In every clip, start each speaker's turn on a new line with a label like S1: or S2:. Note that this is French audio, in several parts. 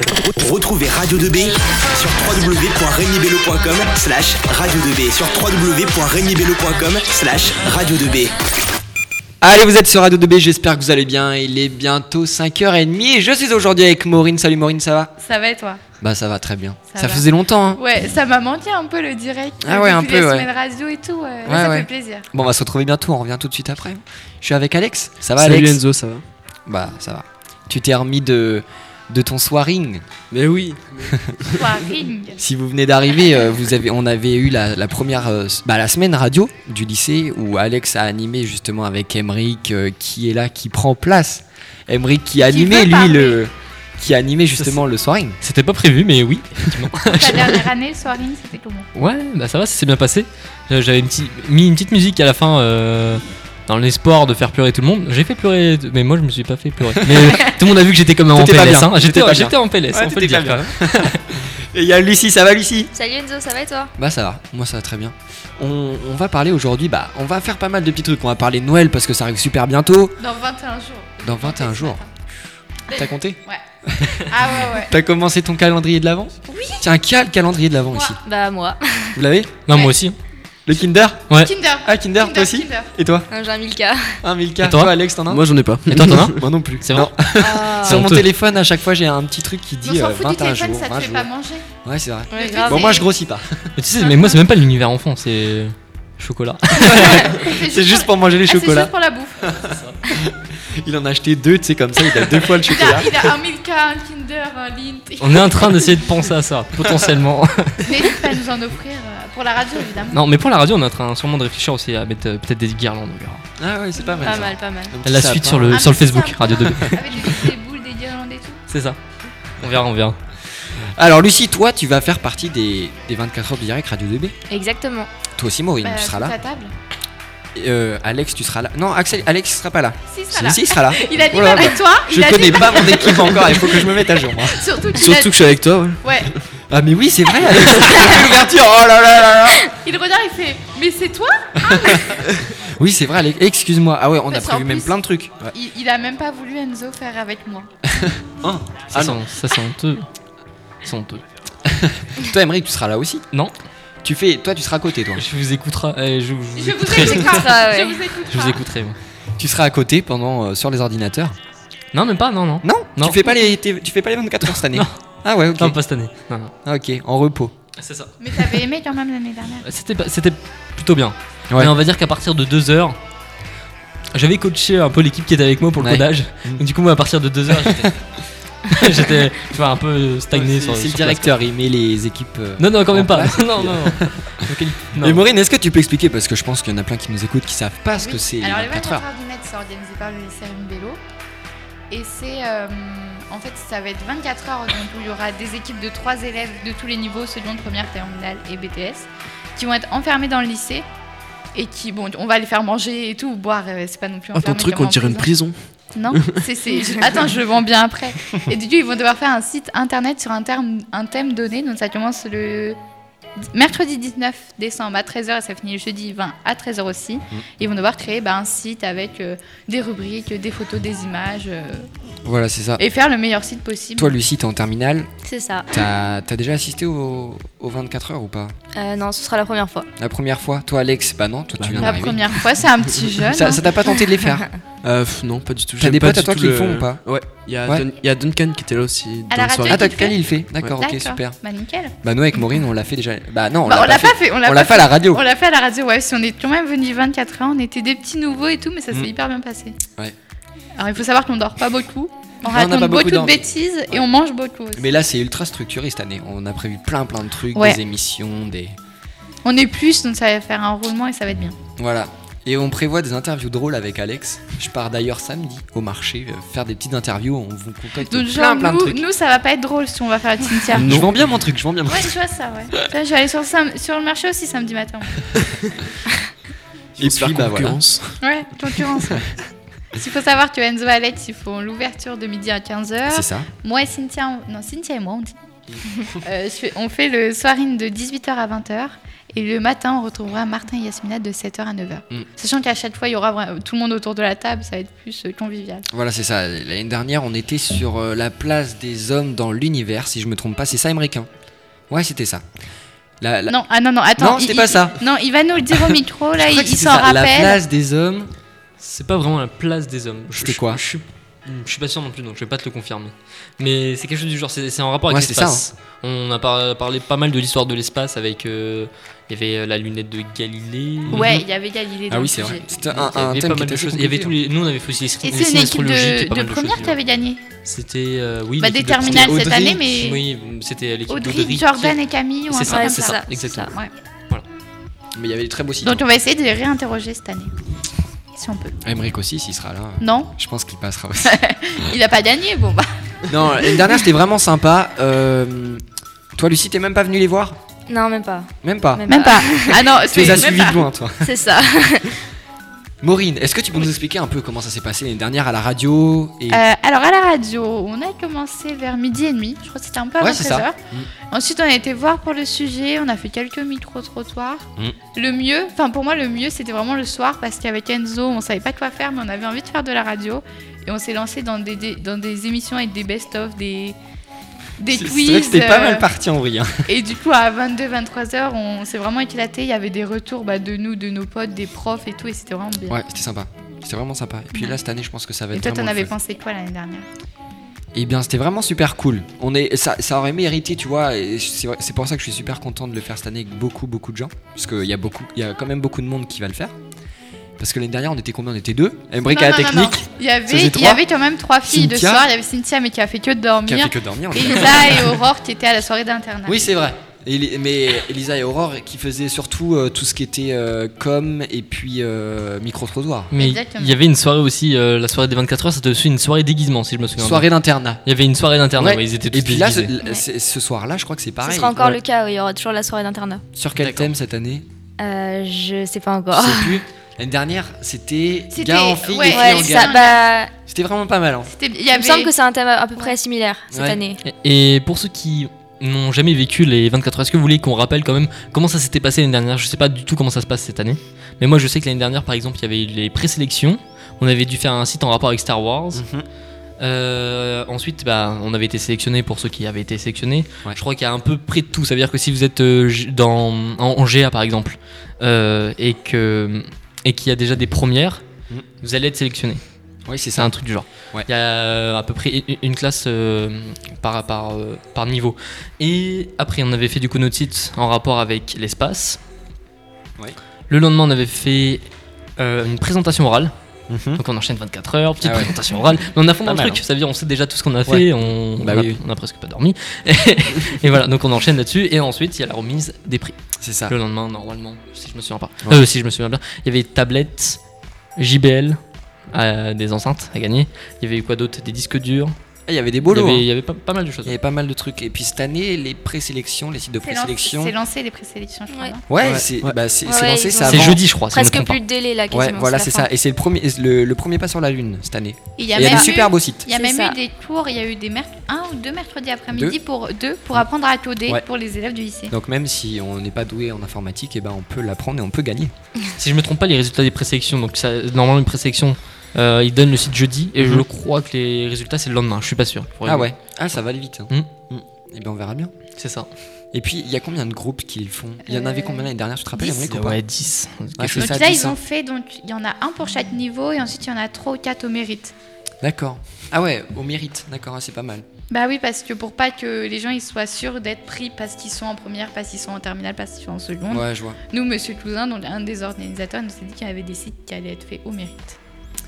S1: Re- Retrouvez Radio 2B sur www.regnibello.com slash radio 2B sur www.regnibello.com slash radio 2B.
S2: Allez, vous êtes sur Radio 2B, j'espère que vous allez bien. Il est bientôt 5h30 et je suis aujourd'hui avec Maureen. Salut Maureen, ça va
S3: Ça va et toi
S2: Bah ça va très bien.
S3: Ça
S2: ça
S3: va.
S2: faisait longtemps. Hein.
S3: Ouais, ça m'a manqué un peu le direct.
S2: Ah ouais, un
S3: depuis les
S2: peu, ouais.
S3: semaines radio et tout, euh, là,
S2: Ouais,
S3: ça
S2: ouais.
S3: fait plaisir.
S2: Bon, on va se retrouver bientôt, on revient tout de suite après. Je suis avec Alex. Ça va
S4: Salut
S2: Alex
S4: Enzo, ça va
S2: Bah ça va. Tu t'es remis de, de ton soiring.
S4: Mais oui
S3: Trois rings.
S2: Si vous venez d'arriver, euh, vous avez, on avait eu la, la première, euh, s- bah, la semaine radio du lycée où Alex a animé justement avec Emric euh, qui est là, qui prend place. Emric qui a
S3: Qui
S2: animé
S3: veut
S2: lui
S3: parler.
S2: le, qui a animé justement le soiring.
S5: C'était pas prévu, mais oui.
S3: Ta dernière année, soirée, c'était comment
S5: Ouais, bah ça va, ça s'est bien passé. Euh, J'avais une petite- mis une petite musique à la fin euh, dans l'espoir de faire pleurer tout le monde. J'ai fait pleurer, mais moi je me suis pas fait pleurer. Mais tout le monde a vu que j'étais comme en
S2: T'étais pas
S5: PLS.
S2: bien,
S5: hein. J'étais
S2: t'étais pas bien.
S5: j'étais en PLS,
S2: Ouais,
S5: on peut le
S2: t'étais
S5: dire.
S2: pas
S5: quand même.
S2: Et il y a Lucie, ça va Lucie
S6: Salut Enzo, ça va et toi
S2: Bah ça va, moi ça va très bien. On, on va parler aujourd'hui, bah on va faire pas mal de petits trucs. On va parler de Noël parce que ça arrive super bientôt,
S3: Dans 21 jours.
S2: dans 21 jours. T'as compté
S3: Ah ouais, ouais.
S2: T'as commencé ton calendrier de l'avant Oui. Tiens, qui a le calendrier de l'avant ici
S6: Bah moi.
S2: Vous l'avez
S5: Non, moi aussi.
S2: Le Kinder
S5: Ouais.
S3: Kinder.
S2: Ah Kinder, toi aussi
S3: Kinder.
S2: Et toi
S6: Ah, J'ai un 1000K.
S2: 1000K.
S5: Et toi
S2: Alex, t'en as un Hein
S4: Moi j'en ai pas.
S5: Et toi, t'en as un
S2: Moi non plus.
S5: C'est vrai.
S6: Ah,
S2: Sur mon
S5: honteux.
S2: téléphone, à chaque fois, j'ai un petit truc qui
S3: On
S2: dit
S3: s'en
S2: euh,
S3: fout du
S2: 21
S3: téléphone,
S2: jours,
S3: ça te
S2: 20
S3: fait
S2: jours.
S3: pas manger.
S2: Ouais, c'est vrai.
S6: Ouais, grave.
S2: Bon, moi, je grossis pas.
S5: Mais tu sais, mais moi c'est même pas l'univers enfant, c'est chocolat.
S2: C'est juste pour manger les
S3: Ah, C'est
S2: chocolats.
S3: juste pour la bouffe.
S2: Il en a acheté deux, tu sais, comme ça, il a deux fois le
S3: Il a,
S2: chocolat.
S3: il a un Milka, un Kinder, un Lint.
S5: On est en train d'essayer de penser à ça, potentiellement.
S3: N'hésite pas à nous en offrir euh, pour la radio, évidemment.
S5: Non, mais pour la radio, on est en train sûrement de réfléchir aussi à mettre euh, peut-être des guirlandes. on verra.
S2: Ah ouais, c'est pas mal.
S6: pas
S2: ça.
S6: mal, pas mal.
S2: Un petit
S5: La
S2: sapin.
S5: suite sur le,
S3: Ah,
S5: sur le
S3: mais c'est
S5: Facebook,
S3: ça,
S5: Radio 2
S3: Avec des, des boules, des guirlandes et tout.
S5: C'est ça. On verra, on verra.
S2: Alors, Lucie, toi, tu vas faire partie des, des 24 heures de direct Radio 2B.
S6: Exactement.
S2: Toi aussi, Maureen,
S3: Bah,
S2: tu seras
S3: toute
S2: là.
S3: la table.
S2: Euh, Alex, tu seras là. Non, Axel, Alex sera pas là.
S3: Si, ça là.
S2: Si, il sera là.
S3: Il a dit
S2: Oh là
S3: même
S2: là.
S3: avec toi.
S2: Je
S3: il a
S2: connais
S3: dit
S2: pas mon équipe encore, il faut que je me mette à jour, moi.
S3: surtout qu'il a
S4: Surtout que je suis avec toi, ouais.
S3: Ouais,
S2: Ah, mais oui, c'est vrai, Alex. L'ouverture, oh là là là là.
S3: il regarde, il fait Mais c'est toi
S2: Oui, c'est vrai, Alex. Excuse-moi. Ah ouais, on a
S3: Parce qu'en
S2: prévu même
S3: plus-
S2: plein de trucs. Ouais.
S3: il, il a même pas voulu Enzo faire avec moi.
S5: Ça,
S2: Ah
S5: c'est ça c'est honteux. C'est honteux.
S2: Toi, Emery, tu seras là aussi.
S5: Non,
S2: Tu fais, toi, tu seras à côté, toi.
S5: je vous écouterai. euh, je, vous
S3: Je vous
S5: écouterai.
S3: écoutera.
S6: écoutera,
S3: Je
S6: ouais.
S3: vous écoutera.
S5: Ah Je vous écouterai. moi.
S2: Tu seras à côté pendant euh, sur les ordinateurs.
S5: Non, même pas, non, non.
S2: Non,
S5: Non.
S2: Tu fais pas les, t'es- tu fais pas les 24 heures cette année.
S5: Non.
S2: Ah ouais, ok.
S5: Non, pas cette année. Non, non.
S2: Ah, ok, en repos.
S5: C'est ça.
S3: Mais t'avais aimé quand même l'année dernière.
S5: C'était pas- c'était plutôt bien.
S2: Ouais.
S5: Mais on va dire qu'à partir de 2 heures, j'avais coaché un peu l'équipe qui était avec moi pour le
S2: Ouais.
S5: codage.
S2: Mm.
S5: Donc, du coup, moi, à partir de 2 heures, j'étais- j'étais tu vois, un peu stagné
S2: C'est
S5: sur
S2: c'est le
S5: sur place,
S2: directeur, il met les équipes. euh,
S5: quoi. Non, non, quand
S2: en
S5: même pas.
S2: place.
S5: Non, non, non. Donc, il- non.
S2: Et Maureen, est-ce que tu peux expliquer parce que je pense qu'il y en a plein qui nous écoutent qui savent pas ce que c'est
S3: Alors, les
S2: 24
S3: 24
S2: heures.
S3: heures du net, c'est organisé par le CRM Bello. Et c'est. euh, en fait, ça va être 24 heures donc, où il y aura des équipes de 3 élèves de tous les niveaux, seconde, première, terminale et BTS, qui vont être enfermés dans le lycée. Et qui, bon, on va les faire manger et tout, boire, euh, c'est pas non plus
S4: Ah, ton
S3: enfermé
S4: truc,
S3: comme
S4: on
S3: en
S4: dirait une
S3: prison.
S4: prison.
S3: Non, c'est, c'est- je- Attends, je le vends bien après. Et du coup, ils vont devoir faire un site internet sur un, terme, un thème donné. Donc, ça commence le di- mercredi 19 décembre à 13h et ça finit le jeudi 20 à 13h aussi. Ils vont devoir créer bah, un site avec euh, des rubriques, des photos, des images euh,
S2: Voilà, c'est ça.
S3: et faire le meilleur site possible.
S2: Toi, Lucie, t'es en terminale.
S6: C'est ça.
S2: T'as as déjà assisté aux au 24 heures ou pas
S6: Euh, non, ce sera la première fois.
S2: La première fois. Toi, Alex, bah non, toi, tu viens
S3: La
S2: d'arriver.
S3: première fois, c'est un petit jeune.
S2: Ça
S3: hein.
S2: ça t'a pas tenté de les faire
S4: Euh, pff, non, pas du tout.
S2: T'as
S4: J'aime
S2: des
S4: pas
S2: potes à
S4: du
S2: toi
S4: tout
S2: qui le
S4: le-
S2: font ou pas
S4: Ouais, il y, a
S2: Ouais.
S4: Dun- il y a Duncan qui était là
S3: À
S4: aussi dans
S3: la
S4: la
S3: radio,
S4: soirée.
S2: Ah, t'as
S3: tu le fais
S2: il le fait D'accord, ok,
S3: D'accord.
S2: super.
S3: Bah, nickel.
S2: Bah nous avec Maureen on l'a fait déjà. Bah non on
S3: Bah,
S2: l'a pas fait.
S3: on
S2: On l'a fait à la radio.
S3: On l'a fait à la radio, ouais. Si on est quand même venu 24 heures, on était des petits nouveaux et tout, mais ça s'est
S2: Mm.
S3: hyper bien passé.
S2: Ouais.
S3: Alors il faut savoir qu'on dort pas beaucoup, on
S2: Non, on n'a
S3: raconte
S2: pas beaucoup
S3: beaucoup, de
S2: dormi.
S3: bêtises et on mange beaucoup aussi.
S2: Mais là c'est ultra structuré cette année. On a prévu plein plein de trucs,
S3: Ouais.
S2: des émissions, des
S3: On est plus, donc ça va faire un roulement et ça va être bien.
S2: voilà. Et on prévoit des interviews drôles avec Alex. Je pars d'ailleurs samedi au marché euh, faire des petites interviews. On vous contacte
S3: Donc
S2: plein
S3: genre
S2: plein de
S3: nous,
S2: trucs.
S3: nous ça va pas être drôle si on va faire la cimetière.
S2: Je vends bien mon truc, je vends bien. Mon...
S3: Ouais, je vois ça, ouais. Ça, je vais aller sur le, sam- sur le marché aussi samedi matin.
S2: Et puis bah voilà.
S4: concurrence.
S3: Ouais, concurrence. ouais. Il faut savoir que Enzo et Alex, ils font l'ouverture de midi à 15h.
S2: C'est ça.
S3: Moi et Cynthia, on- non, Cynthia et moi, on dit. Euh, je fais- on fait le soirine de 18h à 20h. Et le matin, on retrouvera Martin et Yasmina de 7h à 9h.
S2: Mm.
S3: Sachant qu'à chaque fois, il y aura vra- euh, tout le monde autour de la table, ça va être plus euh, convivial.
S2: Voilà, c'est ça. L'année dernière, on était sur euh, la place des hommes dans l'univers, si je me trompe pas, c'est ça, Emmerich, hein Ouais, c'était ça. La, la-
S3: Non, ah non, non, attends.
S2: Non, c'était
S3: il-
S2: pas
S3: il-
S2: ça.
S3: Non, il va nous le dire au micro, là,
S2: je crois
S3: il,
S2: que
S3: il
S2: c'était
S3: s'en
S2: ça, La
S3: rappelle.
S2: place des hommes.
S5: C'est pas vraiment la place des hommes. Je-
S2: C'était
S5: je-
S2: quoi
S5: je, suis- hmm, je suis pas sûr non plus, donc je vais pas te le confirmer. Mais c'est quelque chose du genre, c'est c'est en rapport
S2: Ouais, hein.
S5: avec
S2: c'est
S5: l'espace. On a par- parlé pas mal de l'histoire de l'espace avec. euh, Il y avait euh, la lunette de Galilée.
S3: Ouais, il y avait Galilée dans
S2: Ah
S3: le
S2: oui, c'est
S3: sujet.
S2: vrai. C'était
S5: Il y
S2: un, un
S5: avait
S2: thème
S5: pas
S2: qui
S5: mal
S2: était
S5: de
S2: assez
S5: choses. Il y avait tous
S2: compliqué. hein.
S5: les. Nous, on avait fait aussi les
S3: Et c'est une équipe de, de première qui
S5: qui
S3: avait gagné.
S5: C'était. euh, oui.
S3: Bah, des
S5: l'équipe de-
S3: terminales
S5: c'était
S3: cette
S5: Audrey.
S3: année, mais-
S5: Oui, c'était euh, l'équipe
S3: Audrey,
S5: d'Audrey.
S3: Jordan et Camille, ou un
S5: C'est
S3: truc
S5: ça,
S3: comme
S5: c'est
S3: ça.
S5: ça, exactement.
S3: Ouais.
S2: Mais il y avait des très beaux sites.
S3: Donc on va essayer de les réinterroger cette année. Si on peut.
S2: Emmerich aussi, s'il sera là.
S3: Non,
S2: Je pense qu'il passera aussi.
S3: il a pas gagné, bon bah.
S2: non, l'année dernière, c'était vraiment sympa. Euh, toi, Lucie, t'es même pas venue les voir
S6: Non, même pas.
S2: Même pas.
S6: Même,
S3: Même
S6: pas.
S3: pas. Ah non,
S2: tu les
S3: c'est
S2: as
S3: même
S2: suivis
S3: pas.
S2: de loin, toi.
S6: C'est ça.
S2: Maureen, est-ce que tu peux nous expliquer un peu comment ça s'est passé l'année dernière à la radio et...
S3: Euh, alors à la radio, on a commencé vers midi et demi, je crois que c'était un peu avant
S2: Ouais, c'est ça. Mm.
S3: 13h. Ensuite on a été voir pour le sujet, on a fait quelques micro-trottoirs.
S2: Mm.
S3: Le mieux, enfin pour moi le mieux c'était vraiment le soir parce qu'avec Enzo on savait pas quoi faire mais on avait envie de faire de la radio et on s'est lancé dans des, des- dans des émissions avec des best-of, des, des
S2: C'est-
S3: quiz.
S2: C'est vrai que c'était pas
S3: euh,
S2: mal parti en vrai. hein.
S3: Et du coup, à 22-23h, on s'est vraiment éclaté. Il y avait des retours bah, de nous, de nos potes, des profs et tout, et c'était vraiment bien.
S2: Ouais, c'était sympa. C'était vraiment sympa. Et puis là, cette année, je pense que ça va
S3: et
S2: être
S3: toi,
S2: vraiment
S3: t'en
S2: le
S3: avais
S2: fun.
S3: pensé quoi l'année dernière
S2: Eh bien, c'était vraiment super cool. On est, ça, ça aurait mérité, tu vois. et C'est c'est pour ça que je suis super content de le faire cette année avec beaucoup, beaucoup de gens. Parce qu'il y, a beaucoup- il y a quand même beaucoup de monde qui va le faire. Parce que l'année dernière, on était combien On était deux. Embrick à
S3: Non,
S2: la
S3: non, non, non.
S2: technique,
S3: Il y avait,
S2: faisait
S3: il y
S2: trois.
S3: avait quand même trois filles de
S2: Cynthia.
S3: soir. Il y avait Cynthia, mais qui a fait que
S2: qui a
S3: dormir.
S2: fait que dormir. on est d'accord.
S3: Elisa et Aurore qui étaient à la soirée d'internat.
S2: Oui, c'est vrai. Eli- mais Elisa et Aurore qui faisaient surtout euh, tout ce qui était euh, com et puis euh, micro-trottoir.
S5: Mais
S3: Exactement.
S5: il y avait une soirée aussi, euh, la soirée des 24 heures, c'était aussi une soirée déguisement, si je me souviens. bien.
S2: Soirée d'internat.
S5: Il y avait une soirée d'internat,
S2: Ouais.
S5: ouais, ils étaient tous
S2: Et puis là, ce,
S5: déguisés.
S2: l- c'est- ce soir-là, je crois que c'est
S6: Ce
S2: pareil.
S6: sera encore
S2: Ouais.
S6: le cas, oui, il y aura toujours la soirée d'internat.
S2: Sur quel
S5: D'accord.
S2: thème cette année
S6: Euh, je sais pas
S2: Je
S6: encore.
S2: sais plus. L'année dernière, c'était
S3: C'était-
S2: gars en fille,
S3: ouais,
S2: et filles
S6: Ouais,
S2: en
S3: c'est
S2: gars.
S6: ça, bah,
S2: C'était vraiment pas mal. hein.
S3: C'était- Il y
S6: il
S3: avait...
S6: me semble que c'est un thème à à peu près
S3: Ouais.
S6: similaire cette
S2: Ouais. Ah,
S6: année.
S5: Et pour ceux qui n'ont jamais vécu les 24 heures, est-ce que vous voulez qu'on rappelle quand même comment ça s'était passé l'année dernière Je sais pas du tout comment ça se passe cette année, mais moi je sais que l'année dernière, par exemple, il y avait eu les présélections. On avait dû faire un site en rapport avec Star Wars.
S2: Mhm.
S5: Euh, ensuite, bah, on avait été sélectionné pour ceux qui avaient été sélectionnés.
S2: Ouais.
S5: Je crois qu'il y a un peu près de tout. Ça veut dire que si vous êtes euh, G- dans, en, en GA par exemple euh, et que et qu'il y a déjà des premières,
S2: Mhm.
S5: vous allez être sélectionné.
S2: Oui, c'est
S5: C'est
S2: ça.
S5: un truc du genre. Il
S2: Ouais.
S5: y a euh, à peu près une- une classe euh, par, par, euh, par niveau. Et après, on avait fait du coup notre site en rapport avec l'espace.
S2: Ouais.
S5: Le lendemain, on avait fait euh, une présentation orale.
S2: Mhm.
S5: Donc on enchaîne 24 heures, petite
S2: Ah ouais.
S5: présentation orale. Mais on a fond
S2: Pas
S5: dans le
S2: mal, hein.
S5: truc, ça veut dire on sait déjà tout ce qu'on a
S2: Ouais.
S5: fait, on,
S2: Bah
S5: on a,
S2: oui, oui.
S5: on a presque pas dormi. et, voilà, donc on enchaîne là-dessus. Et ensuite, il y a la remise des prix.
S2: C'est ça.
S5: Le lendemain, normalement, si je me souviens pas.
S2: Ouais.
S5: Euh, si je me souviens bien, il y avait tablette, JBL, euh, des enceintes à gagner. Il y avait eu quoi d'autre Des disques durs.
S2: Ah, Il y avait des
S5: Il y
S2: bolos. hein.
S5: avait,
S2: Il
S5: il y avait pas, pas mal de choses.
S2: y avait pas mal de trucs. Et puis cette année, les présélections, les sites de
S3: C'est lancé,
S2: présélection.
S3: c'est lancé, les présélections, je crois.
S6: Ouais.
S3: non
S2: Ouais,
S4: Ouais.
S2: c'est
S4: Ouais.
S2: bah, c'est-
S6: Ouais,
S2: c'est
S6: ouais,
S2: lancé,
S6: ils
S2: c'est
S6: ont-
S5: C'est
S2: avant.
S5: jeudi, je crois. si je me
S6: Presque
S5: trompe pas.
S6: plus de délai là, quasiment.
S2: Ouais, voilà,
S6: la
S2: c'est
S6: fin.
S2: ça. Et c'est le premier, le, le premier pas sur la lune cette année.
S3: Et
S2: Et Il y a des
S3: même eu-
S2: super beaux sites.
S3: Il y a
S6: C'est
S3: même
S6: ça.
S3: eu des cours, il y a eu des merc- un ou deux mercredis après-midi pour deux pour apprendre à coder
S2: Ouais.
S3: pour les élèves du lycée.
S2: Donc même si on n'est pas doué en informatique, et ben on peut l'apprendre et on peut gagner.
S5: Si je me trompe pas, les résultats des présélections. Donc ça- normalement, une présélection, euh, ils donnent le site jeudi. Et je
S2: Mhm.
S5: crois que les résultats, c'est le lendemain. Je suis pas sûr. Faudrait
S2: Ah
S5: que-
S2: ouais. Ah ça va aller vite. hein.
S5: Hmm.
S2: Mm. Et ben on verra bien.
S5: C'est ça.
S2: Et puis il y a combien de groupes qui le font Il y en avait
S3: Euh,
S2: combien l'année dernière Tu te rappelles
S3: dix.
S2: Emmerich, ou pas
S5: Ouais, 10.
S2: Ouais, c'est
S3: Donc
S2: ça,
S3: là,
S2: dix,
S3: ils
S2: hein.
S3: ont fait, donc il y en a un pour chaque niveau et ensuite il y en a trois ou quatre au mérite.
S2: D'accord. Ah ouais, au mérite. D'accord, ah, c'est pas mal.
S3: Bah oui, parce que pour pas que les gens ils soient sûrs d'être pris parce qu'ils sont en première, parce qu'ils sont en terminale, parce qu'ils sont en seconde.
S2: Ouais, je vois.
S3: Nous, Monsieur Cousin, donc un des organisateurs, nous a dit qu'il y avait des sites qui allaient être faits au mérite.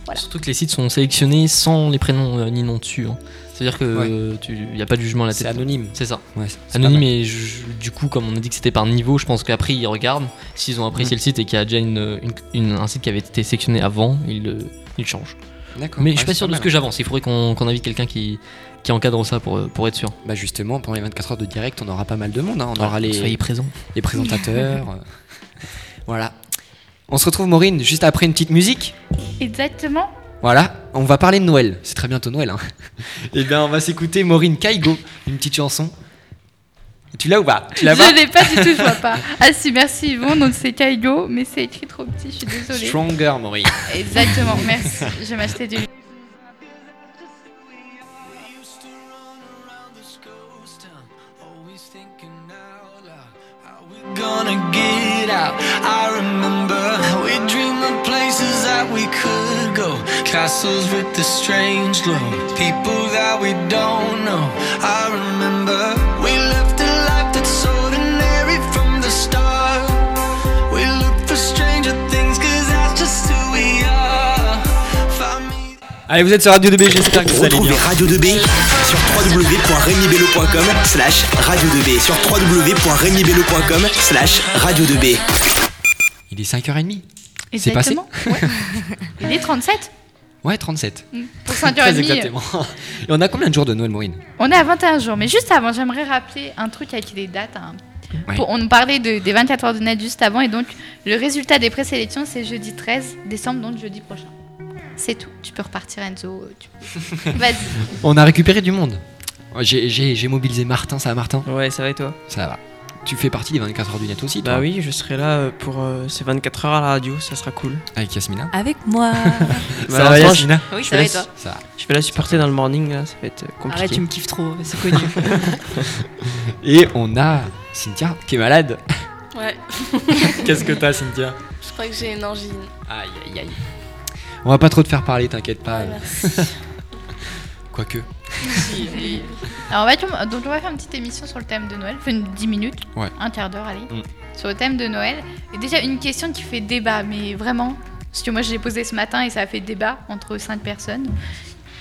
S3: Voilà.
S5: Surtout que les sites sont sélectionnés sans les prénoms euh, ni nom dessus. hein. C'est-à-dire que
S2: Ouais.
S5: euh, tu- il n'y a pas de jugement à la
S2: C'est
S5: tête.
S2: anonyme.
S5: C'est ça.
S2: Ouais, c'est- c'est pas
S5: Anonyme
S2: mal.
S5: et je- du coup, comme on a dit que c'était par niveau, je pense qu'après ils regardent. S'ils ont
S2: Mm.
S5: apprécié le site et qu'il y a déjà une- une- une- un site qui avait été sélectionné avant, ils le, ils le changent.
S2: D'accord.
S5: Mais
S2: Ouais,
S5: je suis pas
S2: c'est
S5: sûr de ce
S2: mal.
S5: que j'avance. Il faudrait qu'on qu'on invite quelqu'un qui, qui encadre ça pour, euh, pour être sûr.
S2: Bah justement, pendant les 24 heures de direct, on aura pas mal de monde. hein. On aura les,
S5: Soyez présents.
S2: les présentateurs. euh. voilà. On se retrouve, Maureen, juste après une petite musique.
S3: Exactement.
S2: Voilà, on va parler de Noël. C'est très bientôt Noël. Hein. Eh bien, on va s'écouter Maureen Kaigo, une petite chanson. Tu l'as ou pas Tu l'as pas
S3: Je l'ai pas du tout, je vois pas. Ah si, merci Yvon, donc c'est Kaigo, mais c'est écrit trop petit, je suis désolée.
S2: Stronger, Maury.
S3: Exactement, merci. Je vais m'acheter du.
S7: Gonna get out. I remember we dreamed of places that we could go, castles with the strange glow, people that we don't know. I remember we lived a life that's ordinary from the start. We look for stranger things, cause that's just who we are. Find me.
S2: Allez, vous êtes sur Radio 2B, j'espère que vous allez
S1: Retrouvez
S2: bien.
S1: Radio 2B sur www.regnibello.com slash radio 2B sur www.regnibello.com slash radio 2B.
S2: Il est 5h30. C'est passé
S3: Exactement. ouais. Il est 37
S2: Ouais, 37.
S3: pour
S2: Très
S3: 5h30.
S2: exactement. Et on a combien de jours de Noël, Maureen
S3: On est à 21 jours, mais juste avant, j'aimerais rappeler un truc avec les dates. hein.
S2: Ouais.
S3: Pour- on parlait de- des 24 heures de net juste avant, et donc le résultat des présélections, c'est jeudi 13 décembre, donc jeudi prochain. C'est tout. Tu peux repartir, Enzo. euh, tu- Vas-y.
S2: On a récupéré du monde. Oh, J'ai- J'ai j'ai mobilisé Martin, ça va Martin
S4: Ouais, ça va et toi
S2: Ça va. Tu fais partie des 24 heures du net aussi, toi
S4: Bah oui, je serai là euh, pour euh, ces 24 heures à la radio, ça sera cool.
S2: Avec Yasmina.
S8: Avec moi.
S4: Bah, attends,
S8: oui,
S4: ça va et toi
S2: Ça va.
S4: Je vais la supporter dans le morning, là, ça va être euh, compliqué.
S8: Arrête, tu me kiffes trop, c'est connu.
S2: Et on a Cynthia qui est malade.
S9: Ouais,
S2: Qu'est-ce que t'as, Cynthia
S9: je crois que j'ai une angine.
S2: Aïe, aïe, aïe. On va pas trop te faire parler, t'inquiète pas.
S9: Ah, Merci.
S2: Quoique.
S3: Alors, on va, com- donc on va faire une petite émission sur le thème de Noël, fait une 10 minutes,
S2: Ouais.
S3: un quart d'heure, allez,
S2: Mm.
S3: sur le thème de Noël. Et déjà une question qui fait débat, mais vraiment, parce que moi je l'ai posée ce matin et ça a fait débat entre cinq personnes.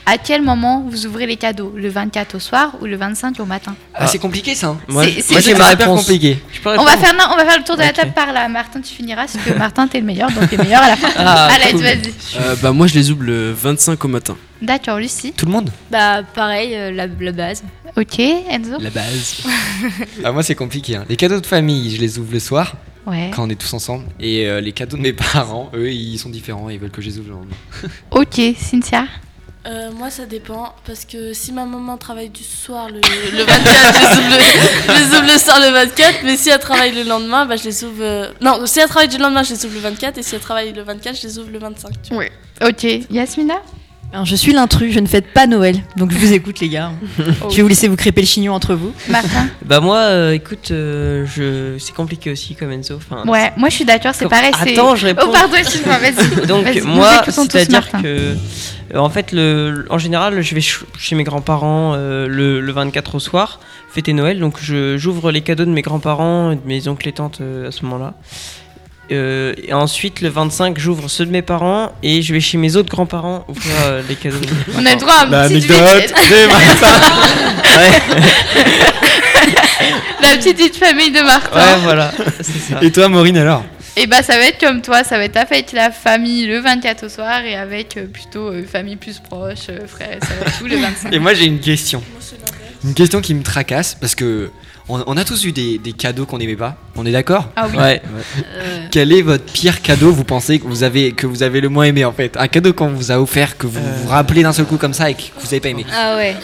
S3: À quel moment vous ouvrez les cadeaux Le 24 au soir ou le 25 au matin
S2: Ah, c'est compliqué ça. hein.
S4: Moi,
S3: C'est-
S4: je-
S3: c'est-
S4: moi, j'ai ma
S2: hyper
S4: réponse.
S2: compliqué.
S4: Je peux
S3: on va,
S4: répondre
S3: faire, non, on va faire le tour de
S4: Ok.
S3: la table par là. Martin, tu finiras, parce que Martin, t'es le meilleur, donc t'es le meilleur à la fin.
S4: Ah,
S3: Allez,
S4: cool.
S3: vas-y.
S4: Euh,
S8: Euh,
S4: bah moi je les ouvre le 25 au matin.
S3: D'accord, Lucie.
S2: Tout le monde
S6: Bah, pareil, euh, la, la base.
S3: Ok, Enzo
S2: La base. ah, moi, c'est compliqué. hein. Les cadeaux de famille, je les ouvre le soir
S3: Ouais.
S2: quand on est tous ensemble. Et euh, les cadeaux de mes parents, eux, ils sont différents. Ils veulent que je les ouvre le lendemain.
S3: Ok, Cynthia.
S9: Euh, moi, ça dépend, parce que si ma maman travaille du soir le, le 24, je les, ouvre le, je les ouvre le soir le 24, mais si elle travaille le lendemain, bah, je les ouvre. euh, Non, si elle travaille du lendemain, je les ouvre le 24, et si elle travaille le 24, je les ouvre le 25. tu vois.
S3: Ok, Yasmina
S8: Alors, Hein, je suis l'intrus, je ne fête pas Noël, donc je vous écoute les gars. Je vais vous laisser vous crêper le chignon entre vous.
S3: Martin
S10: Bah moi, euh, écoute, euh, je... c'est compliqué aussi comme Enzo. Enfin,
S3: Ouais, moi je suis d'accord, c'est
S10: Comme-
S3: pareil. c'est-
S10: Attends, je réponds.
S3: Oh pardon, excuse-moi, vas-y.
S10: Donc
S3: Vas-y, nous
S10: moi,
S3: écoutons tous
S10: c'est-à-dire
S3: Martin.
S10: que, euh, en fait, le, en général, je vais ch- chez mes grands-parents euh, le, le 24 au soir, fêter Noël. Donc je- j'ouvre les cadeaux de mes grands-parents, et de mes oncles et tantes euh, à ce moment-là. Euh, et ensuite, le 25, j'ouvre ceux de mes parents et je vais chez mes autres grands-parents ouvrir euh, les cadeaux. de mes
S3: On a le
S10: grands-parents.
S3: droit à un petit duet. La petite vie de famille de Martin.
S10: Ouais, voilà, c'est ça.
S2: Et toi, Maureen, alors
S3: Et bah ça va être comme toi, ça va être avec la famille le 24 au soir et avec euh, plutôt euh, famille plus proche, euh, frère et sœurs et tout le 25.
S2: Et moi, j'ai une question.
S9: Moi, c'est l'inverse.
S2: Une question qui me tracasse parce que on, on a tous eu des, des cadeaux qu'on n'aimait pas. On est d'accord
S3: Ah oui. Euh.
S10: Ouais.
S2: Quel est votre pire cadeau Vous pensez que vous avez que vous avez le moins aimé en fait Un cadeau qu'on vous a offert que vous
S3: Euh.
S2: vous rappelez d'un seul coup comme ça et que vous avez pas aimé.
S6: Ah ouais.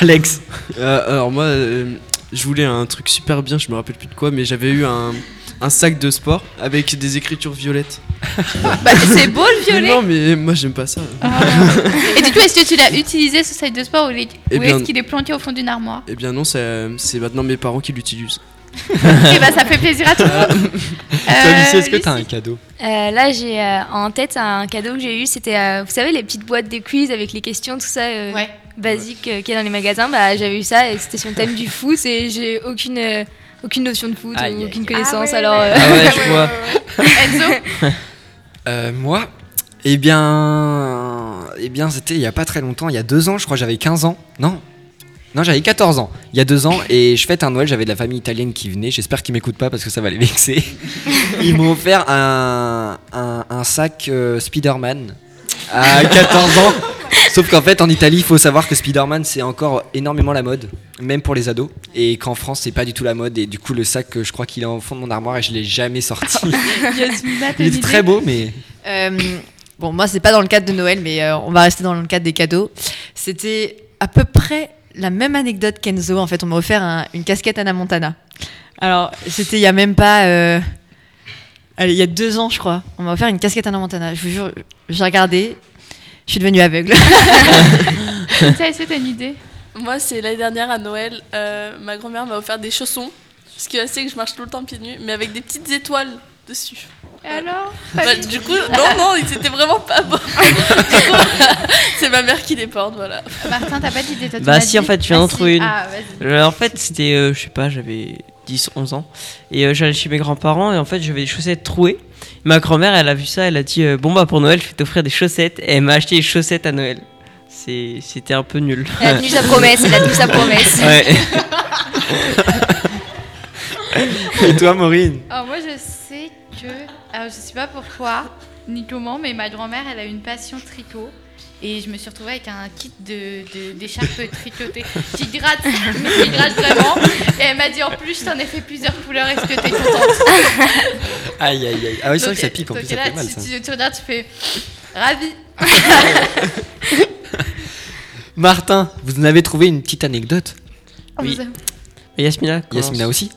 S2: Alex.
S4: Euh, alors moi euh, je voulais un truc super bien, je me rappelle plus de quoi, mais j'avais eu un, un sac de sport avec des écritures violettes.
S3: Bah c'est beau le
S4: Mais
S3: violet.
S4: non mais moi j'aime pas ça.
S3: Ah. Et du coup, est-ce que tu l'as utilisé ce site de sport ou, il est-
S4: Eh
S3: ou
S4: bien-
S3: est-ce qu'il est planqué au fond d'une armoire
S4: Eh bien non, c'est c'est maintenant mes parents qui l'utilisent.
S3: Et bah ça fait plaisir à tout le monde.
S2: Toi,
S3: Euh,
S2: Lucie, est-ce que t'as un
S3: Lucie.
S2: cadeau
S6: Euh, là, j'ai euh, en tête un cadeau que j'ai eu. C'était, euh, vous savez, les petites boîtes de quiz avec les questions, tout ça, euh,
S3: Ouais.
S6: basique euh, qu'il y a dans les magasins. Bah, j'avais eu ça et c'était sur le thème du foot et j'ai aucune, euh, aucune notion de foot,
S2: Aïe,
S6: ou
S2: aïe,
S6: aucune
S2: aïe.
S6: connaissance.
S3: Ah ouais,
S6: alors,
S3: ouais.
S6: euh,
S10: Ah ouais, je vois.
S3: Enzo
S2: Euh, moi, eh bien, eh bien, c'était il y a pas très longtemps, il y a deux ans, je crois, j'avais 15 ans. Non, non, j'avais 14 ans. Il y a deux ans, et je fête un Noël. J'avais de la famille italienne qui venait. J'espère qu'ils m'écoutent pas parce que ça va les vexer. Ils m'ont offert un, un, un sac euh, Spider-Man à 14 ans. Sauf qu'en fait, en Italie, il faut savoir que Spider-Man, c'est encore énormément la mode, même pour les ados. Et qu'en France, c'est pas du tout la mode. Et du coup, le sac, euh, je crois qu'il est au fond de mon armoire et je l'ai jamais sorti.
S3: Yasmina, t'as
S2: Il
S3: une idée
S2: est très beau, mais.
S8: Euh, bon, moi, c'est pas dans le cadre de Noël, mais euh, on va rester dans le cadre des cadeaux. C'était à peu près la même anecdote qu'Enzo. En fait, on m'a offert un- une casquette Anna Montana. Alors, c'était il y a même pas. euh, Allez, il y a deux ans, je crois. On m'a offert une casquette Anna Montana. Je vous jure, j'ai regardé. Je suis devenue aveugle.
S3: Ça, c'est une idée.
S9: Moi, c'est l'année dernière à Noël, euh, ma grand-mère m'a offert des chaussons. Parce qu'elle sait que je marche tout le temps pieds nus, mais avec des petites étoiles dessus.
S3: Et alors
S9: Bah,
S3: Pas
S9: Du
S3: du- Ah,
S9: coup,
S10: Ah.
S9: non, non, ils étaient vraiment pas bons. Du coup, c'est ma mère qui les porte, voilà.
S3: Martin, t'as pas d'idée toi, tu
S10: Bah
S3: m'as
S10: si en
S3: dit.
S10: fait je viens
S3: Ah,
S10: d'en
S3: si.
S10: trouver une.
S3: Ah, vas-y.
S10: Euh, en fait c'était euh, je sais pas j'avais 10 11 ans et euh, j'allais chez mes grands-parents et en fait j'avais des chaussettes trouées. Ma grand-mère elle a vu ça elle a dit euh, bon bah pour Noël je vais t'offrir des chaussettes et elle m'a acheté des chaussettes à Noël. C'est- C'était un peu nul.
S6: Elle a tenu sa promesse, elle a tenu sa promesse.
S10: Ouais.
S4: Et toi, Maureen
S3: Alors moi je sais que, alors je sais pas pourquoi ni comment, mais ma grand-mère elle a une passion tricot. Et je me suis retrouvée avec un kit d'écharpe de, d'écharpe tricotée qui gratte, mais qui gratte vraiment. Et elle m'a dit en plus, je t'en ai fait plusieurs couleurs, est-ce que t'es contente
S2: Aïe aïe aïe. Ah oui, c'est
S3: Donc,
S2: vrai que ça pique en
S3: donc
S2: plus, ça
S3: là,
S2: fait mal
S3: tu,
S2: ça.
S3: tu- tu regardes, tu fais ravi.
S2: Martin, vous en avez trouvé une petite anecdote
S3: Oui.
S10: Et Yasmina commence.
S2: Yasmina aussi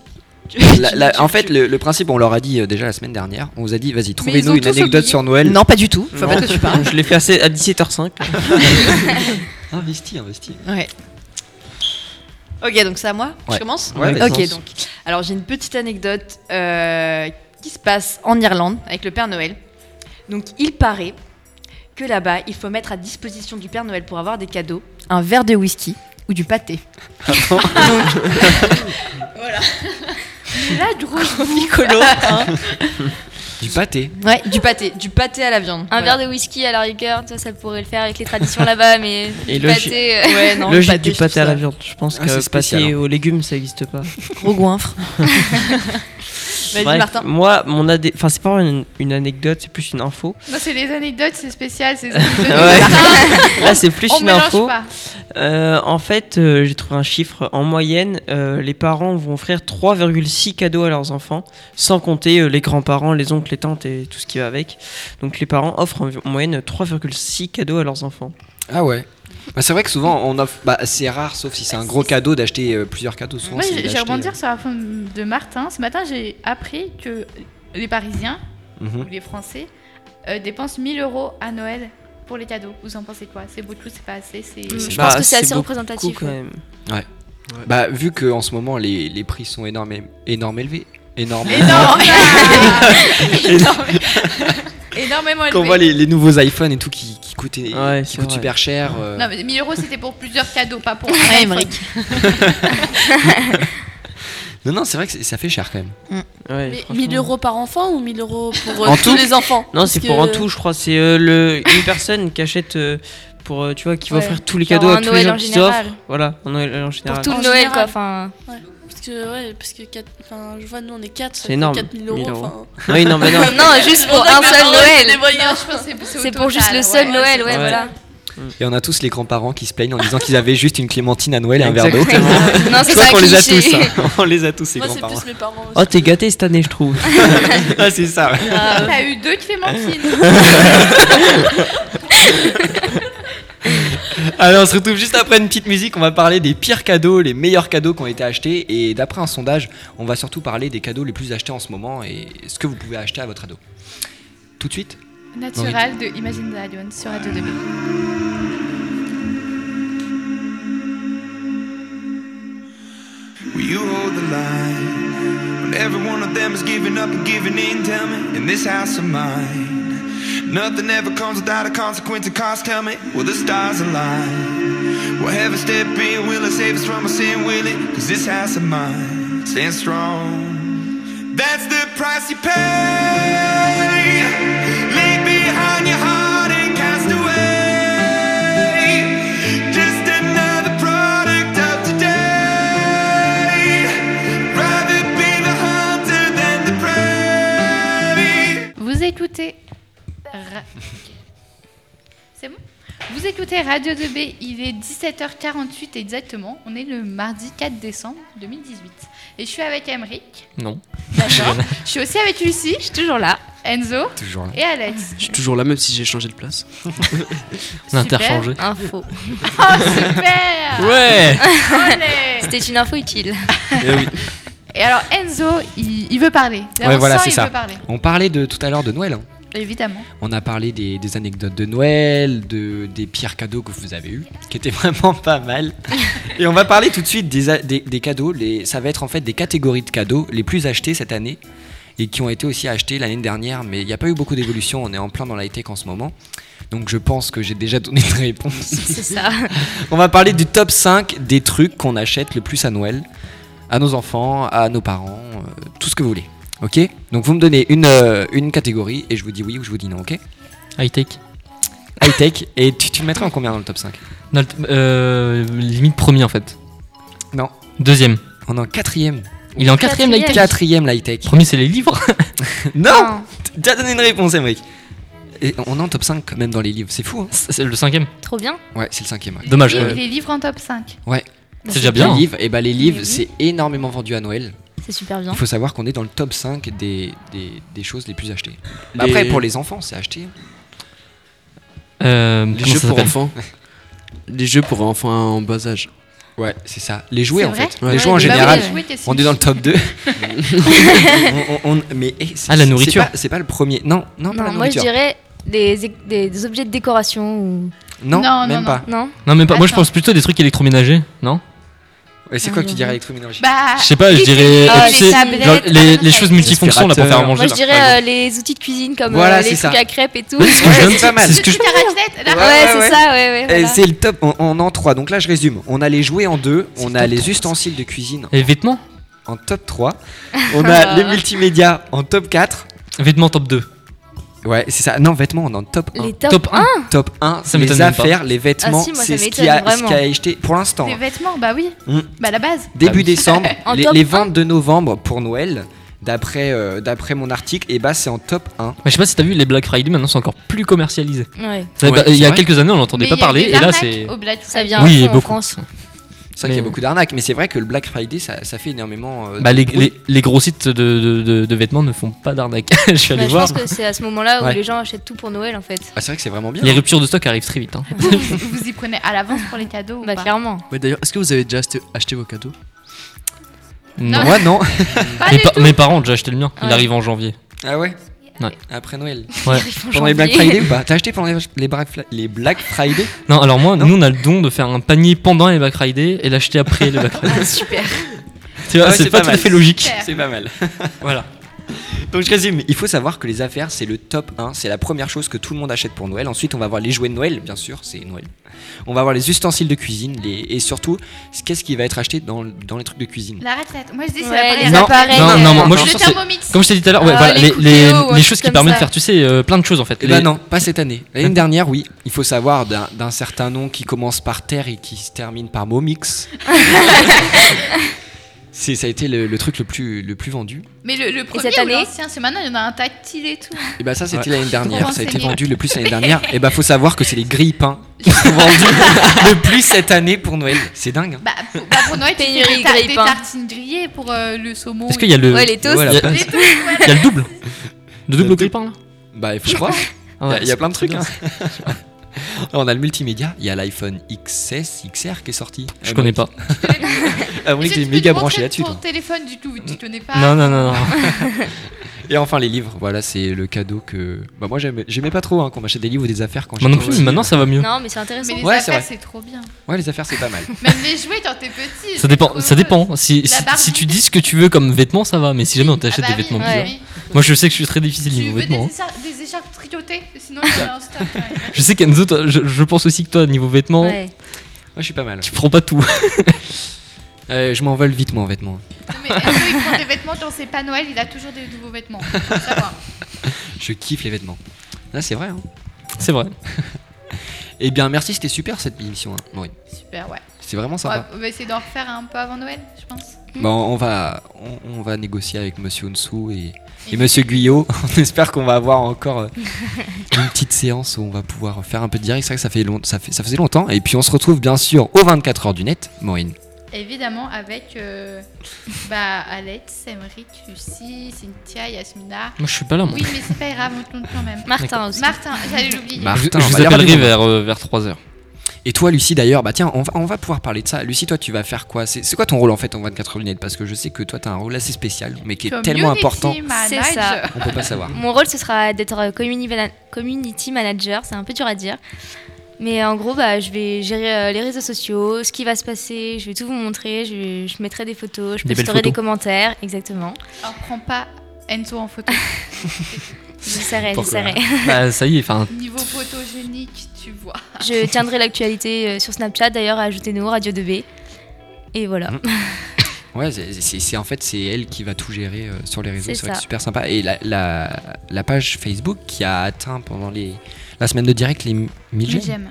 S2: La- la- En fait, le, le principe, on leur a dit euh, déjà la semaine dernière, on vous a dit vas-y,
S8: ils ont
S2: trouvez-nous une
S8: tous
S2: anecdote
S8: oublié.
S2: sur Noël.
S8: Non, pas du tout. Faut pas
S10: Non,
S8: que tu parles.
S10: Je l'ai fait assez- à 17h05.
S2: investi, investi.
S8: Ouais. Ok, donc c'est à moi
S2: Ouais.
S8: Je commence
S2: Ouais, vas-y,
S8: Ok,
S2: commence.
S8: donc. Alors j'ai une petite anecdote euh, qui se passe en Irlande avec le Père Noël. Donc il paraît que là-bas, il faut mettre à disposition du Père Noël pour avoir des cadeaux un verre de whisky ou du pâté.
S10: Ah
S3: Voilà. Mais là, grosse
S8: Piccolo, hein.
S2: Du pâté.
S8: Ouais, du pâté, du pâté à la viande.
S6: Un verre de whisky à la rigueur, ça, ça pourrait le faire avec les traditions là-bas, mais.
S10: Et
S6: du
S10: logique,
S6: pâté, euh,
S8: Ouais, non,
S10: logique
S8: pâté,
S10: du
S8: je trouve
S10: pâté à
S8: ça-
S10: la viande. Je pense
S2: Ah,
S10: que
S2: c'est spécial,
S10: pâté
S2: hein.
S10: aux légumes ça n'existe pas.
S8: Gros goinfre. Vas-y
S10: Bref,
S8: Martin.
S10: Moi, mon adé- enfin c'est pas une, une anecdote, c'est plus une info.
S3: Non, c'est les anecdotes, c'est spécial, c'est les anecdotes.
S10: Ouais. Là, c'est plus
S3: On
S10: une
S3: mélange
S10: info.
S3: pas.
S10: Euh, en fait, euh, j'ai trouvé un chiffre. En moyenne, euh, les parents vont offrir 3,6 cadeaux à leurs enfants, sans compter euh, les grands-parents, les oncles, les tantes et tout ce qui va avec. Donc, les parents offrent en en moyenne 3,6 cadeaux à leurs enfants.
S2: Ah ouais. Bah, c'est vrai que souvent on offre. Bah, c'est rare, sauf si c'est un gros cadeau d'acheter euh, plusieurs cadeaux. Souvent,
S3: Moi,
S2: c'est hein.
S3: j'ai
S2: d'acheter,
S3: rebondir sur la fin de Martin. Ce matin, j'ai appris que les Parisiens
S2: euh, mhm.
S3: ou les Français euh, dépensent 1000 euros à Noël pour les cadeaux. Vous en pensez quoi C'est beaucoup, c'est pas assez c'est...
S6: Je
S2: Bah,
S6: pense que c'est assez
S10: beaucoup
S6: représentatif.
S10: quand
S6: ouais.
S10: même.
S2: Bah, vu que en ce moment les, les prix sont énormes, énormes élevés, énormes.
S3: Énorme Énormément élevé.
S2: Quand on voit les, les nouveaux iPhones et tout qui, qui coûtent, qui
S10: Ouais, c'est
S2: coûtent
S10: vrai.
S2: super cher. euh,
S3: Non, mais 1000 euros, c'était pour plusieurs cadeaux, pas pour.
S8: Ouais,
S3: un
S8: Aymeric.
S2: non, non, c'est vrai que c'est- ça fait cher quand même.
S10: Ouais,
S9: Mais
S10: franchement.
S9: 1000 euros par enfant ou 1000 euros pour euh,
S2: En
S9: tous
S2: tout
S9: les enfants
S10: Non,
S9: Parce
S10: c'est
S9: que-
S10: pour en tout, je crois. C'est euh, le une personne qui achète euh, pour euh, tu vois qui va
S6: Ouais.
S10: offrir tous les
S6: Genre
S10: cadeaux
S6: un
S10: à tous les
S6: Noël
S10: gens
S6: en
S10: qui
S6: général.
S10: s'offrent. Voilà, un Noël en général.
S6: Pour
S9: En
S6: tout le Noël,
S9: général.
S6: quoi. Enfin,
S9: Parce que, ouais, parce que quatre- enfin, je vois, nous on est 4,
S10: C'est énorme,
S9: 4000 euros.
S10: 1000 euros.
S9: enfin.
S10: Oui, non,
S2: Bah
S10: mais non.
S6: non, juste pour
S9: On a
S6: un
S9: que la
S6: seul
S9: parole,
S6: Noël.
S9: les voyants.
S3: Non, je pense que c'est,
S6: C'est
S3: au
S6: pour juste
S3: total,
S6: le seul
S3: ouais.
S6: Noël, ouais,
S10: Ouais.
S6: voilà.
S2: Et on a tous les grands-parents qui se plaignent en disant qu'ils avaient juste une clémentine à Noël et un verre d'eau.
S10: Exactement.
S6: Non,
S2: Je
S6: c'est
S2: crois
S6: ça,
S2: qu'on les a
S6: cliché.
S2: tous. hein. On les a tous ces
S9: Moi, c'est
S2: grands-parents.
S9: plus mes parents. aussi.
S10: Oh, t'es gâté cette année, je trouve.
S2: Ah, c'est ça. ouais.
S3: T'as eu deux Clémentines.
S2: Allez, on se retrouve juste après une petite musique. On va parler des pires cadeaux, les meilleurs cadeaux qui ont été achetés. Et d'après un sondage, on va surtout parler des cadeaux les plus achetés en ce moment et ce que vous pouvez acheter à votre ado. Tout de suite
S3: Natural de Imagine Dragons sur Radio 2B.
S7: Will you hold the line when every one of them is giving up and giving in? Tell me, in this house of mine, nothing ever comes without a consequence and cost. Tell me, will the stars align? Will heaven step in? Will it save us from our sin? Will it? Cause this house of mine stands strong. That's the price you pay. Leave behind your heart and cast away. Just another product of today. Rather be the hunter than the prey.
S3: Vous écoutez. Ra- C'est bon Vous écoutez Radio 2B, il est 17h48 exactement. On est le mardi 4 décembre 2018. Et je suis avec Emeric.
S5: Non.
S3: D'accord. je suis aussi avec Lucie.
S6: Je suis toujours là.
S3: Enzo
S4: Toujours là.
S3: et Alex.
S4: Je suis toujours là, même si j'ai changé de place.
S5: On a interchangé.
S6: Info.
S3: Oh, super
S5: Ouais.
S3: Allez
S6: C'était une info utile.
S4: Eh oui.
S3: Et alors, Enzo, il, il veut parler. Là,
S2: Ouais,
S3: on
S2: voilà,
S3: sent,
S2: c'est
S3: il
S2: ça.
S3: veut parler.
S2: On parlait de tout à l'heure de Noël. hein.
S3: Évidemment.
S2: On a parlé des, des anecdotes de Noël, de, des pires cadeaux que vous avez eus, qui étaient vraiment pas mal. Et on va parler tout de suite des, a- des, des cadeaux. Les, ça va être en fait des catégories de cadeaux les plus achetés cette année et qui ont été aussi achetés l'année dernière. Mais il n'y a pas eu beaucoup d'évolution. On est en plein dans la high-tech en ce moment. Donc je pense que j'ai déjà donné une réponse.
S6: C'est ça.
S2: On va parler du top 5 des trucs qu'on achète le plus à Noël, à nos enfants, à nos parents, euh, tout ce que vous voulez. Ok Donc vous me donnez une, euh, une catégorie et je vous dis oui ou je vous dis non, ok
S5: High-tech.
S2: High-tech. Et tu, tu le mettrais en combien dans le top 5
S5: Dans le t- euh, limite premier en fait.
S2: Non.
S5: Deuxième.
S2: On est en quatrième.
S5: Il est en quatrième
S6: Quatrième.
S5: l'high-tech.
S2: Quatrième, la high-tech.
S5: Premier c'est les livres.
S2: Non Tu as donné une réponse, Emmerich. Et on est en top 5 quand même dans les livres, c'est fou. hein.
S5: C'est le cinquième.
S6: Trop bien.
S2: ouais, c'est le cinquième. ouais.
S5: Dommage.
S3: Les,
S5: euh,
S3: les livres en top 5.
S2: Ouais.
S5: C'est déjà bien.
S2: Les
S5: hein.
S2: livres, et bah les livres,
S6: oui.
S2: c'est énormément vendu à Noël.
S6: C'est super bien.
S2: Il faut savoir qu'on est dans le top 5 des, des, des choses les plus achetées.
S4: Les-
S2: Bah, Après, pour les enfants, c'est acheté.
S5: Euh,
S4: Les
S5: comment
S4: jeux
S5: ça
S4: pour
S5: s'appelle
S4: enfants. Les jeux pour enfants en bas âge.
S2: Ouais, c'est ça. Les jouets,
S3: C'est
S2: en
S3: vrai
S2: fait.
S4: Ouais.
S2: Les jouets en
S3: Bah oui,
S2: général.
S3: les jouets, qu'est-ce
S2: On
S3: que
S2: est dans le
S3: c'est
S2: top 2. On- on- on- mais, eh, c'est-
S5: Ah, la
S2: c'est
S5: nourriture.
S2: pas- C'est pas, le premier. Non, non, pas la
S6: Non, moi je
S2: nourriture.
S6: dirais des, des- des objets de décoration ou.
S3: Non,
S2: Non,
S3: non,
S2: même
S3: non.
S2: pas.
S6: Non
S5: Non mais pas. Moi je
S3: Attends.
S5: pense plutôt des trucs électroménagers, non
S2: Et c'est quoi que tu dirais électroménager
S3: Bah,
S5: Je sais pas, je dirais euh,
S6: Ah,
S5: tu
S6: les
S5: sais,
S6: tablettes,
S5: genre, les, les
S3: les
S5: choses
S3: aspirateur.
S5: multifonctions là pour faire à
S2: Moi,
S5: manger.
S6: Moi je
S5: là.
S6: dirais euh, les outils de cuisine comme euh,
S2: Voilà,
S6: les
S2: c'est
S6: trucs
S2: ça.
S6: à crêpes et tout.
S2: Ouais,
S6: Ouais,
S2: c'est ce que je-
S5: c'est
S2: pas mal.
S5: c'est ce que je-
S3: la raclette, la
S2: Ouais, ouais, ouais.
S6: c'est ça, ouais, ouais.
S2: Eh,
S6: voilà.
S2: C'est le top, on, on est en 3, donc là je résume. On a les jouets en 2, on
S5: le
S2: a
S5: top
S2: les
S5: trois,
S2: ustensiles de cuisine
S5: Et vêtements
S2: en top 3, on a les multimédias en top 4.
S5: Vêtements top 2.
S2: Ouais, c'est ça. Non, vêtements, on est en top 1.
S6: Les top,
S5: Top 1
S2: Top 1,
S5: Ça m'étonne
S2: les
S5: même pas.
S2: affaires, les vêtements,
S6: Ah si, moi, ça
S2: c'est ce
S6: m'étonne
S2: qui a, ce
S6: vraiment.
S2: qui a acheté pour l'instant.
S3: Des
S2: hein.
S3: vêtements, bah oui.
S2: Mm.
S3: Bah la base.
S2: Début
S5: Ah oui.
S2: décembre,
S6: En
S2: les,
S6: top
S2: les
S6: 1.
S2: ventes de novembre pour Noël, d'après euh, d'après mon article, et bah c'est en top 1.
S5: Mais je sais pas si t'as vu, les Black Friday maintenant sont encore plus commercialisé.
S6: Ouais.
S5: Ça,
S2: Ouais,
S5: bah,
S2: c'est
S5: Il y a
S2: vrai.
S5: quelques années on n'entendait
S3: Mais
S5: pas
S3: il y a eu
S5: parler
S3: des
S5: et là
S3: arnaques
S5: c'est.
S3: au Black
S6: Ça
S3: Friday.
S6: vient
S5: Oui,
S6: à fond en
S5: beaucoup.
S6: France.
S2: C'est vrai qu'il y a
S5: Mais-
S2: beaucoup d'arnaques, mais c'est vrai que le Black Friday ça, ça fait énormément. euh,
S5: Bah,
S2: de
S5: les,
S2: bruit.
S5: les, les gros sites de, de, de- de vêtements ne font pas d'arnaque. je suis allé
S6: Bah, je
S5: voir.
S6: pense que c'est à ce moment-là où
S2: Ouais.
S6: les gens achètent tout pour Noël en fait.
S2: Ah, c'est vrai que c'est vraiment bien.
S5: Les ruptures de stock arrivent très vite. hein.
S3: Vous, vous- vous y prenez à l'avance pour les cadeaux ou
S6: Bah
S3: pas
S6: clairement.
S4: Ouais, d'ailleurs, est-ce que vous avez déjà acheté, acheté vos cadeaux
S5: Non.
S2: Moi non.
S3: Pas
S5: Mes,
S3: du
S5: pa-
S3: tout.
S5: mes parents ont déjà acheté le mien. Il
S6: Ouais.
S5: arrive en janvier.
S2: Ah ouais
S5: Ouais.
S2: Après Noël.
S5: Ouais.
S6: Ils font
S2: Pendant les Black
S6: janvier.
S2: Friday ou pas T'as acheté pendant les, les Black, Fla- les Black Friday
S5: Non, alors moi,
S2: Non.
S5: nous on a le don de faire un panier pendant les Black Friday et l'acheter après les Black Friday.
S6: Ah, super.
S5: Tu vois,
S2: Ouais,
S5: c'est
S2: c'est
S5: pas,
S2: pas
S5: tout à
S2: mal.
S5: fait logique.
S3: Super.
S2: C'est pas mal.
S5: Voilà.
S2: Donc je résume, il faut savoir que les affaires c'est le top 1, c'est la première chose que tout le monde achète pour Noël. Ensuite on va voir les jouets de Noël, bien sûr, c'est Noël. On va voir les ustensiles de cuisine les... et surtout ce- qu'est-ce qui va être acheté dans, le- dans les trucs de cuisine.
S3: La raclette. Moi je dis c'est
S6: Ouais,
S3: la
S6: les
S3: vraie
S5: Non,
S6: appareils.
S5: non, non, moi, je
S3: Le
S5: pense que c'est-
S3: thermomix.
S5: Comme je t'ai dit tout à l'heure, ouais,
S6: Ah,
S5: voilà, les,
S6: les
S5: les,
S6: cookies,
S5: les
S6: ouais,
S5: choses qui
S6: comme
S5: permettent de
S6: ça.
S5: faire, tu sais, euh, plein de choses en fait.
S2: Eh ben
S5: Les-
S2: non, pas cette année. L'année dernière, oui. Il faut savoir d'un d'un certain nom qui commence par terre et qui se termine par Momix. c'est ça a été le, le truc le plus le plus vendu.
S3: Mais le, le premier
S6: cette
S3: ou
S6: année
S3: l'ancien, c'est maintenant il y en a un tactile et tout.
S2: Et bah ça c'était l'année dernière, ça a été
S3: renseigner.
S2: vendu le plus l'année dernière. Et bah faut savoir que c'est les grilles pains qui sont vendus le plus cette année pour Noël. C'est dingue. hein.
S3: Bah pour, bah, pour Noël, tu fais
S6: Pénurie
S3: des, ta-
S6: grille,
S3: des
S6: pain.
S3: tartines grillées pour euh, le saumon.
S5: Est-ce qu'il y a le.
S6: Ouais, les toasts.
S5: Il y, a-
S2: Voilà.
S3: Les trucs, ouais.
S5: il y a le double Le double
S2: Le
S5: grippin là
S2: Bah il faut croire. Il y a- il y, a plein de trucs. hein. Alors, on a le multimédia, il y a l'iPhone XS, XR qui est sorti.
S5: Je connais pas.
S2: Ah oui,
S3: Est-ce que
S2: t'es
S3: tu peux
S2: méga
S3: te montrer
S2: branché là-dessus.
S3: Ton
S2: toi.
S3: téléphone du tout, tu connais pas.
S5: Non, non, non, non.
S2: Et enfin les livres, voilà, c'est le cadeau que. Bah moi j'aimais j'aimais pas trop hein, qu'on m'achète des livres ou des affaires quand
S5: Moi non
S2: j'étais
S5: plus, mais
S2: petit.
S5: maintenant ça va mieux.
S6: Non, mais c'est intéressant.
S3: Mais les
S2: Ouais, c'est
S3: affaires,
S2: vrai.
S3: c'est trop bien.
S2: Ouais, les affaires c'est pas mal.
S3: Même les jouets quand t'es petit.
S5: Ça dépend, ça dépend. Si,
S3: La
S5: si-
S3: Barbie.
S5: si tu dis ce que tu veux comme vêtements, ça va, mais si jamais on t'achète
S3: Ah bah
S5: des vêtements
S3: oui,
S5: bizarres.
S3: oui.
S5: Moi je sais que je suis très difficile
S3: Tu
S5: niveau
S3: veux des
S5: vêtements. hein.
S3: écharpes- des écharpes tricotées Sinon, il y en a en stock. ouais.
S5: Je sais qu'Enzo, toi, je, je pense aussi que toi, niveau vêtements,
S6: Ouais.
S2: Moi je suis pas mal.
S5: tu prends pas tout.
S2: Euh, je m'envole vite moi en vêtements.
S3: Non, Mais Enzo, il prend des vêtements, genre c'est pas Noël, il a toujours des nouveaux vêtements. Faut le savoir.
S2: Je kiffe les vêtements. Là c'est vrai. Hein.
S5: C'est vrai.
S2: Eh bien merci, c'était super cette émission. Hein. Maureen.
S3: Super, ouais.
S2: c'est vraiment
S3: On
S2: sympa.
S3: va on va essayer d'en refaire un peu avant Noël, je pense.
S2: Bon, on va, on, on va négocier avec Monsieur Onsou et, et Monsieur Guyot. On espère qu'on va avoir encore euh, une petite séance où on va pouvoir faire un peu de direct. C'est vrai que ça, fait long- ça, fait- ça faisait longtemps. Et puis on se retrouve bien sûr aux 24 heures du net, Maureen.
S3: Évidemment, avec euh, bah, Alex, Emric, Lucie, Cynthia, Yasmina.
S5: Moi, je suis pas là, moi.
S3: Oui, mais c'est pas grave, on compte quand même.
S6: Martin D'accord. aussi.
S3: Martin, j'allais l'oublier.
S5: je vous appellerai vers, euh, vers 3h.
S2: Et toi, Lucie, d'ailleurs, bah tiens, on va, on va pouvoir parler de ça. Lucie, toi, tu vas faire quoi C'est c'est quoi ton rôle en fait en 24 heures lunettes Parce que je sais que toi, t'as un rôle assez spécial, mais qui est tellement important.
S6: C'est ça.
S2: On peut pas savoir.
S6: Mon rôle, ce sera d'être euh, communi- mana- community manager. C'est un peu dur à dire. Mais en gros, bah, je vais gérer euh, les réseaux sociaux, ce qui va se passer. Je vais tout vous montrer. Je, je mettrai des photos. Je
S5: Des belles
S6: posterai des
S5: photos.
S6: commentaires. Exactement.
S3: Alors, prends pas Enzo en photo.
S6: J'essaierai,
S5: Pourquoi
S6: j'essaierai.
S5: Bah, ça y est, enfin.
S3: Niveau photogénique, tu vois.
S6: Je tiendrai l'actualité euh, sur Snapchat. D'ailleurs, ajoutez-nous Radio 2B. Et voilà.
S2: Ouais, c'est- c'est c'est- en fait c'est elle qui va tout gérer euh, sur les réseaux.
S6: C'est
S2: C'est vrai que
S6: ça.
S2: c'est super sympa. Et la, la, la page Facebook qui a atteint pendant les la semaine de direct les 1000 j'aime.
S6: j'aime.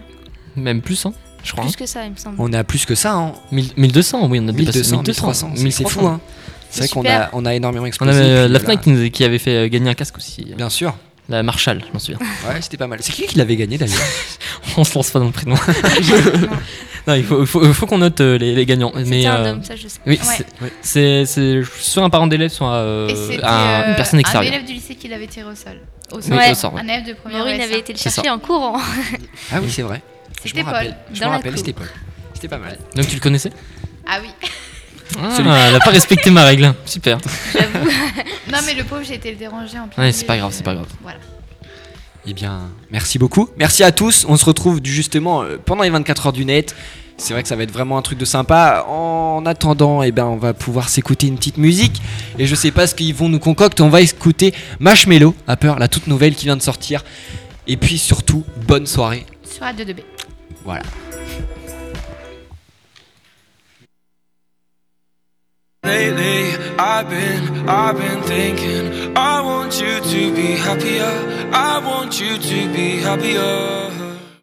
S5: Même plus, hein, je crois. hein.
S6: Plus que ça, il me semble.
S2: On a plus que ça. Hein.
S5: 1200, oui, on a dépassé
S2: 1200,
S5: 1300,
S2: 1300. c'est- C'est fou. Hein. C'est vrai qu'on a,
S6: super.
S2: on a énormément
S5: On
S2: explosé.
S5: avait euh,
S2: puis
S5: la
S2: là-
S5: Fnac qui, nous- qui avait fait euh, gagner un casque aussi.
S2: Bien sûr.
S5: La Marshall, je m'en souviens.
S2: Ouais, c'était pas mal. C'est qui qui l'avait gagné d'ailleurs
S5: On se lance pas dans le prénom. non, il faut, il faut, il faut qu'on note euh, les, les gagnants. Mais,
S6: un
S5: euh,
S6: homme, ça, je sais.
S5: Oui,
S6: Ouais.
S5: c'est- c'est c'est soit un parent d'élève, soit euh,
S3: Et c'était
S5: un-
S3: euh,
S5: une personne
S3: Un
S5: extérieure.
S3: élève du lycée qui l'avait tiré au sol. Au
S5: Oui, au sort, ouais.
S3: Un élève de première
S6: Maureen
S3: ESA.
S6: avait été le
S5: C'est ça.
S6: chercher en courant.
S2: Ah oui, c'est vrai. Je
S3: C'était
S2: m'en rappelle.
S3: Paul,
S2: Je
S6: dans
S2: m'en
S6: la
S2: rappelle.
S6: cour.
S2: C'était Paul. C'était pas mal.
S5: Donc tu le connaissais
S3: Ah oui.
S5: ah, Elle a pas respecté ma règle. Super.
S3: Non, mais le pauvre, j'ai été le déranger en plein.
S5: Ouais, c'est
S3: milieu
S5: pas
S3: de-
S5: grave, c'est pas grave.
S3: Voilà.
S2: Eh bien, merci beaucoup. Merci à tous. On se retrouve du- justement euh, pendant les 24 heures du net. C'est vrai que ça va être vraiment un truc de sympa. En attendant, eh ben, on va pouvoir s'écouter une petite musique. Et je sais pas ce qu'ils vont nous concocter. On va écouter Marshmello, à peur, la toute nouvelle qui vient de sortir. Et puis surtout, bonne soirée.
S3: Sur Radio 2B.
S2: Voilà.
S7: Lately, I've been, I've been thinking. I want you to be happier. I want you to be happier.